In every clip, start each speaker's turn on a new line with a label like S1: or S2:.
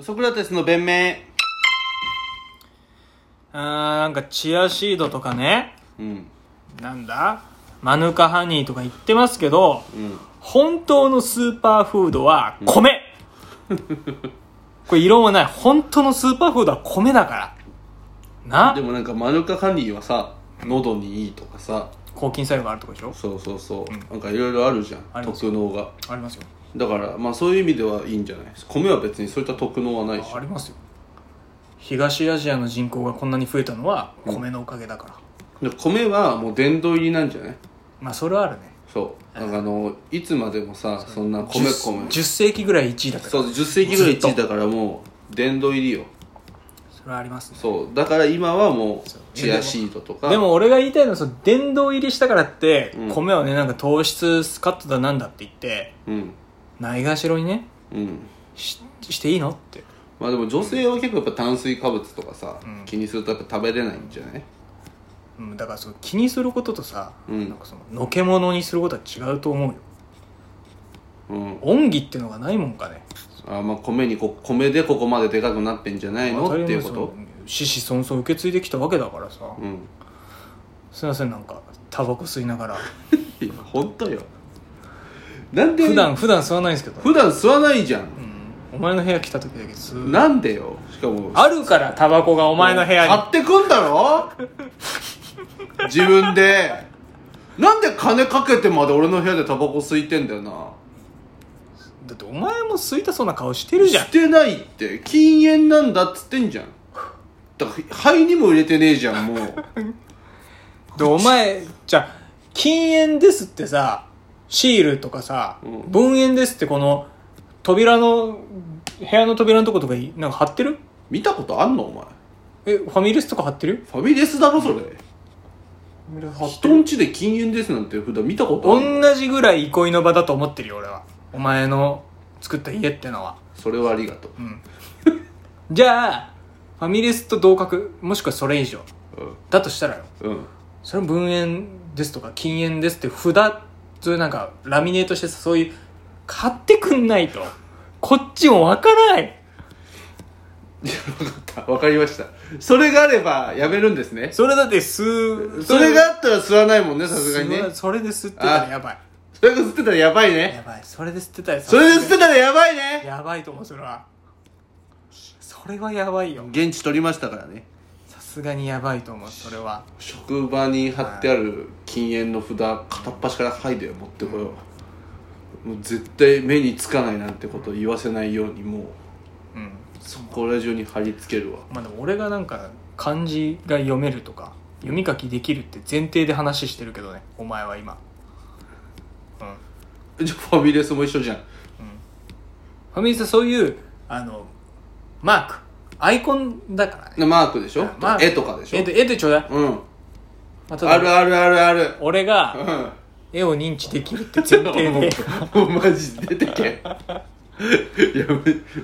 S1: ソクラテスの弁明。
S2: あーなんかチアシードとかね
S1: うん。
S2: なんだマヌカハニーとか言ってますけど
S1: うん。
S2: 本当のスーパーフードは米、これ異論はない本当のスーパーフードは米だから
S1: で
S2: な
S1: もなんかマヌカハニーはさ、喉にいいとかさ、
S2: 抗菌作用があるとかでしょ
S1: そうそうそう。
S2: うん
S1: なんかいろいろあるじゃ
S2: あ
S1: ん。
S2: ります
S1: 特能が。
S2: ありますよ
S1: だから、まあそういう意味ではいいんじゃない米は別にそういった特能はないでし
S2: あ
S1: ょ。
S2: りますよ東アジアの人口がこんなに増えたのは米のおかげだから、
S1: で米はもう殿堂入りなんじゃない
S2: まあそれはあるね
S1: そう。なんかあの、いつまでもさ、そんな米米
S2: 10, 10世紀ぐらい1位だから
S1: そう、10世紀ぐらい
S2: ずっ
S1: 1位
S2: と
S1: だからもう、殿堂入りよ。
S2: それはありますね
S1: そう。だから今はもう
S2: う、
S1: チアシードとか。
S2: でも俺が言いたいのはその殿堂入りしたからって、
S1: うん
S2: 米はねなんか糖質カットだなんだって言って
S1: うん。
S2: ないがしろにね
S1: うん。
S2: ししていいのって
S1: まあでも女性は結構やっぱ炭水化物とかさ、
S2: うん
S1: 気にするとやっぱ食べれないんじゃない
S2: うんだからその気にすることとさ、
S1: うん
S2: なんかそののけものにすることは違うと思うよ
S1: うん。
S2: 恩義ってのがないもんかね
S1: あまあ米にこ、米でここまででかくなってんじゃないの
S2: 当たり
S1: ってい
S2: 前
S1: うこ
S2: そ
S1: と
S2: の子子孫孫受け継いできたわけだからさ、
S1: うん。
S2: すいませんなんかタバコ吸いながら
S1: いや、ほんとよ。なんで
S2: 普段普段吸わないんですけど、
S1: 普段吸わないじゃ。
S2: うんん、お前の部屋来た時だけ吸う
S1: なんでよ。しかも、
S2: あるからタバコがお前の部屋に
S1: 買ってくんだろ自分で。なんで金かけてまで俺の部屋でタバコ吸いてんだよな。
S2: だってお前も吸いたそうな顔してるじゃん
S1: してないって禁煙なんだっつってんじゃんだから肺にも入れてねえじゃんも う
S2: でお前じゃあ禁煙ですってさシールとかさ、
S1: うん
S2: 分煙ですってこの扉の部屋の扉のとことかいなんか貼ってる
S1: 見たことあんのお前
S2: えファミレスとか貼ってる
S1: ファミレスだろそれ、
S2: 貼
S1: 人ん家で禁煙ですなんて普段見たことあんの
S2: 同じぐらい憩いの場だと思ってるよ俺はお前の作った家ってのは
S1: それはありがと
S2: うんじゃあファミレスと同格もしくはそれ以上
S1: う
S2: だとしたらよ
S1: うん、 うん、
S2: それも分煙ですとか禁煙ですって札そういうなんかラミネートしてさそういう買ってくんない とこっちもわからない
S1: 分かった分かりましたそれがあればやめるんですね
S2: それだって吸う
S1: それがあったら吸わないもんねさすがにね
S2: それで吸ってたらやばい
S1: それが吸ってたらやばいね
S2: やばいそれで吸ってたら
S1: それで吸って
S2: た
S1: たらやばいね
S2: やばいと思うそれはそれはやばいよ
S1: 現地取りましたからね
S2: さすがにやばいと思うそれは
S1: 職場に貼ってある禁煙の札片っ端から「はい」で持ってこようもう絶対目につかないなんてことを言わせないようにもう
S2: うん
S1: そこら中に貼り付けるわ
S2: まあでも俺がなんか漢字が読めるとか読み書きできるって前提で話してるけどねお前は今うん
S1: じゃあファミレスも一緒じゃん
S2: ファミレスはそういうあのマークアイコンだからね
S1: でマークでしょ、
S2: マーク
S1: 絵とかでしょ
S2: 絵絵でちょうだい、
S1: うん
S2: まあただ
S1: あるあるあるある
S2: 俺が
S1: う
S2: 絵を認知できるって前提 で
S1: んもうマジ出てけいやめど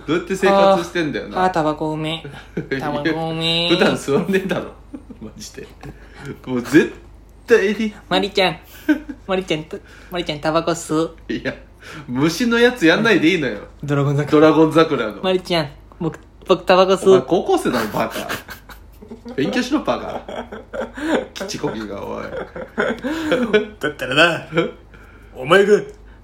S1: うやって生活してんだよ
S2: あ
S1: な
S2: ータバコう めえタバコうめえ
S1: 普段吸わねえだろマジでもう絶対に
S2: マリちゃんマリちゃんとマリちゃんタバコ吸う
S1: いや、虫のやつやんないでいいのよ。
S2: ドラゴン
S1: ド
S2: 桜
S1: ラゴン桜の。
S2: マリちゃん僕僕タバコ
S1: お
S2: 吸
S1: 前
S2: う
S1: 高校生だろ、バカ。勉強しろ、バカ。キチコキが、おい。
S2: だったら なお前が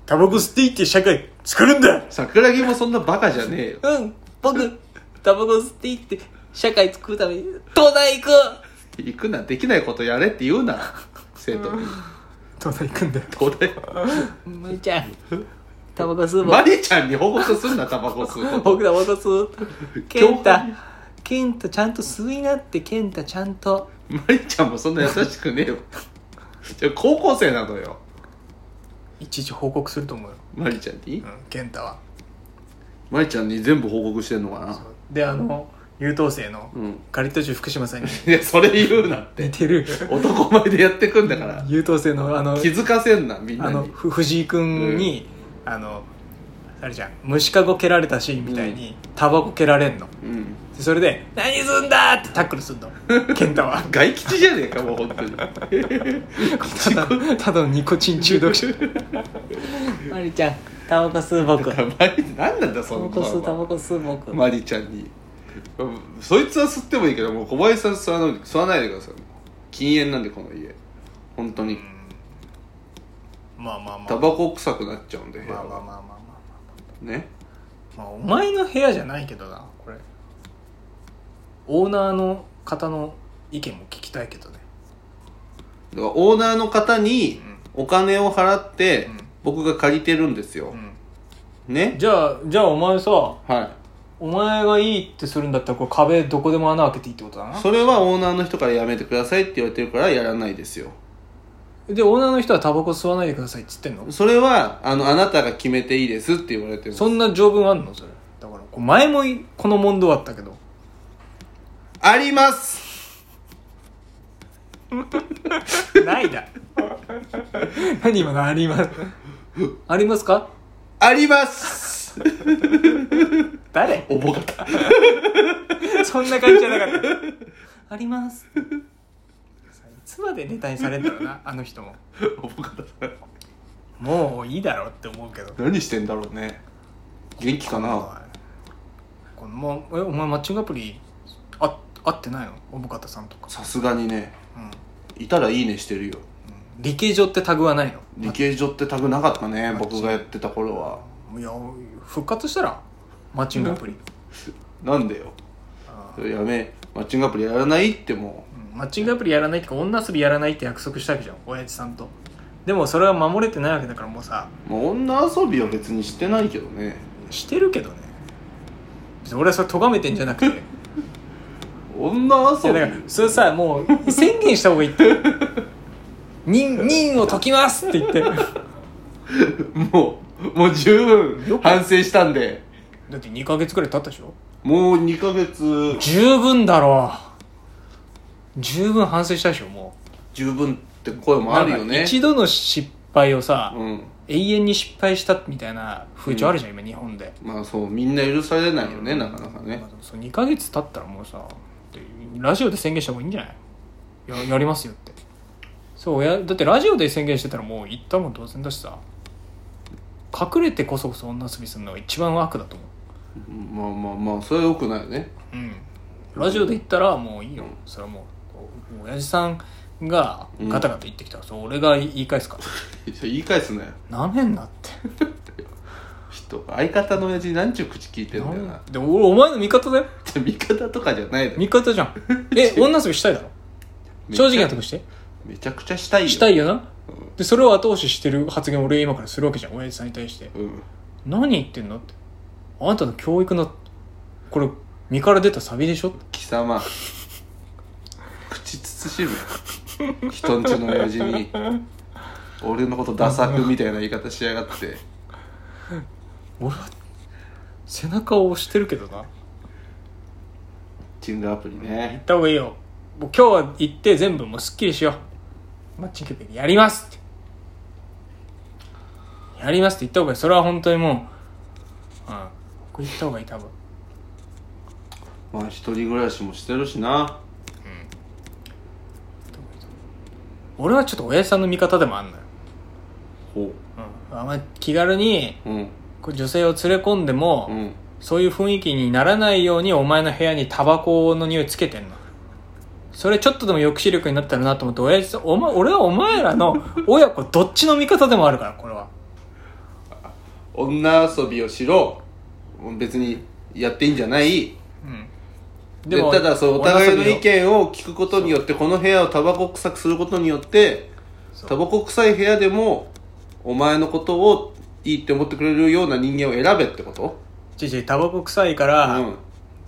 S2: タバコ吸っていいって社会作るんだ
S1: 桜木もそんなバカじゃねえよ。
S2: うん僕タバコ吸っていいって社会作るために東大行く
S1: 行くな、できないことやれって言うな。生徒に。
S2: 東大行くんだよ
S1: 東大。
S2: マリちゃんタバコ吸うも
S1: マ
S2: ん
S1: リちゃんに保護者すんな、タバコ吸うこと。
S2: 僕タバコ吸うケ
S1: 教
S2: ン
S1: 科
S2: タケンタちゃんと吸いなってケンタちゃんと
S1: マリちゃんもそんな優しくねえよ。じゃあ高校生なのよ。
S2: いちいち報告すると思うよ、
S1: マリちゃんに
S2: う。ん、ケンタは
S1: マリちゃんに全部報告してんのかな。
S2: であの優等生の
S1: うん
S2: ガリットチュウ福島さんに
S1: いや、それ言うなって。
S2: 似てる
S1: 男前でやってくんだから。
S2: 優等生のあの
S1: 気づかせんなみんな
S2: あの
S1: に
S2: ふ藤井君に、あのあれじゃん虫かご蹴られたシーンみたいにタバコ蹴られんの
S1: うん
S2: でそれで「何すんだ!」ってタックルすん の健太は
S1: 外吉じゃねえかもう本当に
S2: ただただのニコチン中毒者マリちゃんタバコ吸う僕タ
S1: たまに何なんだそ
S2: バ
S1: の
S2: コ吸うタバ
S1: 子
S2: コ吸う僕
S1: マリちゃんにうんそいつは吸ってもいいけどもう小林さん吸わない吸わないでください禁煙なんでこの家本当に
S2: まあまあまあ
S1: タバコ臭くなっちゃうんで部屋
S2: まあ
S1: が
S2: まあまあまあまあま
S1: ね
S2: あ、まあ、お前の部屋じゃないけどなこれオーナーの方の意見も聞きたいけどね
S1: だからオーナーの方にお金を払って
S2: うん
S1: 僕が借りてるんですよ、ね
S2: じゃあじゃあお前さ
S1: は
S2: お前がいいってするんだったらこれ壁どこでも穴開けていいってことだ
S1: い
S2: な
S1: それはオーナーの人からやめてくださいって言われてるからやらないですよ
S2: でオーナーの人はタバコ吸わないでくださいっつってんの
S1: それはあのあなたが決めていいですって言われてる
S2: そんな条文あんのそれだからこう前もいこの問答あったけど
S1: あります
S2: ないだ 何今のあり ますありますか
S1: あります
S2: 誰
S1: おぼかった
S2: そんな感じじゃなかったありますいつまでネタにされんだろうなあの人も
S1: おぼかった
S2: もういいだろうって思うけど
S1: 何してんだろうね元気かな
S2: このもうえお前マッチングアプリあ会ってないのおぼかたさんとか、
S1: さすがにね
S2: うんうん
S1: いたらいいねしてるよ
S2: 理系上ってタグはないの
S1: 理系所ってタグなかったね僕がやってた頃はい
S2: や復活したらマッチングアプリ、
S1: なんでよ
S2: あ
S1: それやめマッチングアプリやらないっても
S2: うんマッチングアプリやらないってか女遊びやらないって約束したわけじゃん親父さんとでもそれは守れてないわけだからもうさ
S1: う、まあ、女遊びは別にしてないけどね
S2: してるけどね別に俺はそれ咎めてんじゃ なくて
S1: 女
S2: い
S1: 遊
S2: や
S1: び
S2: だからそれさもう宣言した方がいい って「任任を解きます」って言ってだ
S1: もうもう十分反省したんで
S2: って2ヶ月くらい経ったでしょ
S1: もう2ヶ月
S2: 十分だろう十分反省したでしょも
S1: 十分って声
S2: う
S1: もあるよ
S2: なんか
S1: ね
S2: 一度の失敗をさ、
S1: うん
S2: 永遠に失敗したみたいな風潮あるじゃん、今日本で
S1: まあそうみんな許されないよねなかなかね
S2: まあでもそう2ヶ月経ったらもうさでラジオで宣言した方がいいんじゃないややりますよってそうやだってラジオで宣言してたらもう言ったもん当然だしさ隠れてこそこそ女遊びするのが一番悪だと思
S1: まあまあまあそれはよくないよね
S2: ううんラジオで言ったらもういいよそれはもうお親父さんがガタガタ言ってきたら、そう俺が言い返すか
S1: 言い返すなよ
S2: らなめんなって
S1: 人相方の親父何ちゅう口聞いてんだよな
S2: でも俺お前の味方だよ
S1: 味方とかじゃないだろ
S2: 味方 じゃんえ女遊びしたいだろ正直なとこして
S1: めちゃくちゃしたいよ
S2: したいよな、でそれを後押ししてる発言を俺今からするわけじゃん親父さんに対して
S1: うん
S2: 何言ってんのってあなたの教育のこれ身から出たサビでしょ
S1: 貴様口慎む人んちの親父に俺のことダサくみたいな言い方しやがって
S2: 俺は背中を押してるけどな
S1: チングアプリ
S2: 行
S1: ね
S2: った方がいいよもう今日は行って全部もうすっきりしようマッチングアプリやりますってやりますって言った方がいいそれは本当にもううんこれ言った方がいい多分
S1: まあ一人暮らしもしてるしな
S2: 俺はちょっと親父さんの味方でもあんのよ、
S1: ほ
S2: うん、あんまり気軽に
S1: ううん
S2: こう女性を連れ込んでも、
S1: うん
S2: そういう雰囲気にならないようにお前の部屋にタバコの匂いつけてんのそれちょっとでも抑止力になったらなと思って親父さんお前俺はお前ら の親子どっちの味方でもあるからこれは
S1: 女遊びをしろ別にやっていいんじゃない
S2: うん
S1: でただそうお互いの意
S2: 女遊
S1: 見を聞くことによってこの部屋をタバコ臭くすることによって
S2: そう
S1: タバコ臭い部屋でもお前のことをいいって思ってくれるような人間を選べってこと、
S2: びを違う違うタバコ臭いか
S1: う
S2: ら、
S1: ん、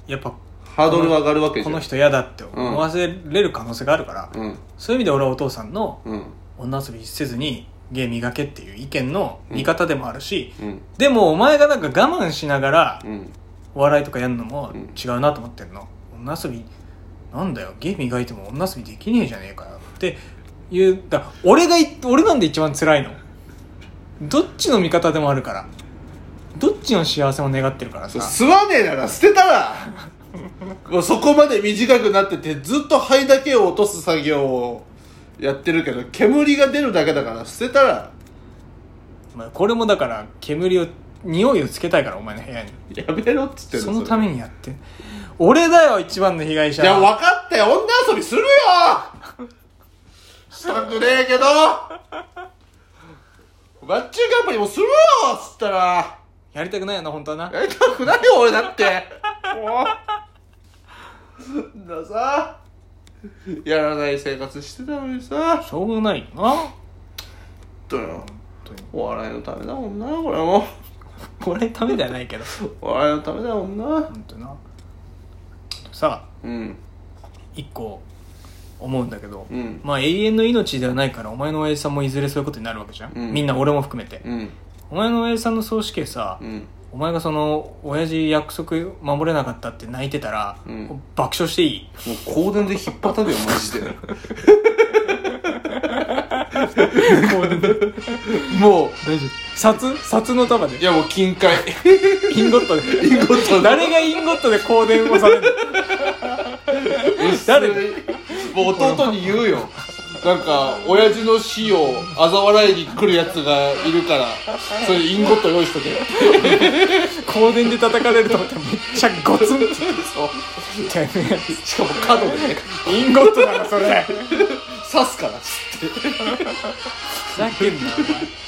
S2: やっぱ
S1: ハードルが上がるわけじ
S2: こ
S1: ゃん
S2: の人嫌だって思わせれる可能性があるから、
S1: うん
S2: そういう意味で俺はお父さんの
S1: うん
S2: 女遊びせずに芸磨けっていう意見の味方でもあるし、
S1: うん
S2: でもお前がなんか我慢しながら、
S1: うん
S2: お笑いとかやるのも
S1: うん
S2: 違うなと思ってんの、女遊びなんだよゲーム磨いても女遊びできねえじゃねえかよっていうだから俺がい俺なんで一番辛いのどっちの味方でもあるからどっちの幸せも願ってるからさ
S1: 吸わねえなら捨てた らもうそこまで短くなっててずっと灰だけを落とす作業をやってるけど煙が出るだけだから捨てたら
S2: まあ、これもだから煙を匂いをつけたいからお前の部屋に
S1: やめろっつってん
S2: その
S1: れ
S2: ためにやってん俺だよ一番の被害者
S1: いや分かったよ女遊びするよしたくねえけどマッチングアプリもするよっつったら
S2: やりたくないよな本当はな
S1: やりたくないよ俺だってもうださやらない生活してたのにさ
S2: しょうがないよな本
S1: どうよ
S2: 当に
S1: お笑いのためだもんなこれも
S2: 俺のためではないけど
S1: お笑いのためだもんな
S2: 本当なさあ
S1: うん
S2: 一個思うんだけど、
S1: うん
S2: まあ永遠の命ではないからお前の親父さんもいずれそういうことになるわけじゃん、
S1: うん
S2: みんな俺も含めて、
S1: うん
S2: お前の親父さんの葬式さ、
S1: うん
S2: お前がその親父約束守れなかったって泣いてたら、
S1: うん
S2: 爆笑していい
S1: もう香典で引っ張ったでよマジでもう
S2: 大丈夫札札の束で
S1: いやもう金 塊
S2: インゴットで
S1: インゴット
S2: 誰がインゴットで香典をされる誰
S1: もう弟に言うよなんか親父の死を嘲笑いに来るやつがいるからそれインゴット用意しとけ
S2: 香典で叩かれると思ったらめっちゃゴツンって
S1: そう
S2: みたいなやつ
S1: しかも角でね
S2: インゴットなのそれ
S1: 刺すからっつって
S2: ふざけんなお